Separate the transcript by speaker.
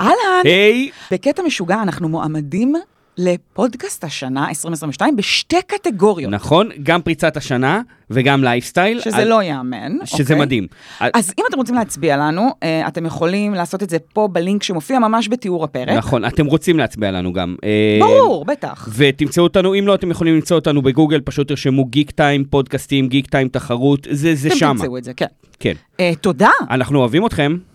Speaker 1: אהלן,
Speaker 2: היי,
Speaker 1: בקטע משוגע אנחנו מועמדים לפודקאסט השנה 2022 בשתי קטגוריות,
Speaker 2: נכון, גם פריצת השנה וגם לייפסטייל.
Speaker 1: שזה לא ייאמן.
Speaker 2: נכון. שזה
Speaker 1: אוקיי?
Speaker 2: מדהים.
Speaker 1: אז אם אתם רוצים להצביע לנו, אה, אתם יכולים לעשות את זה פה בלינק שמופיע ממש בתיאור הפרק.
Speaker 2: נכון, אתם רוצים להצביע לנו גם. אה,
Speaker 1: ברור, בטח.
Speaker 2: ותמצאו אותנו, אם לא, אתם יכולים למצוא אותנו בגוגל, פשוט תרשמו גיק טיים, פודקאסטים, גיק טיים, תחרות, זה, זה
Speaker 1: אתם
Speaker 2: שמה.
Speaker 1: תמצאו את זה, כן.
Speaker 2: כן.
Speaker 1: אה, תודה.
Speaker 2: אנחנו אוהבים אתכם.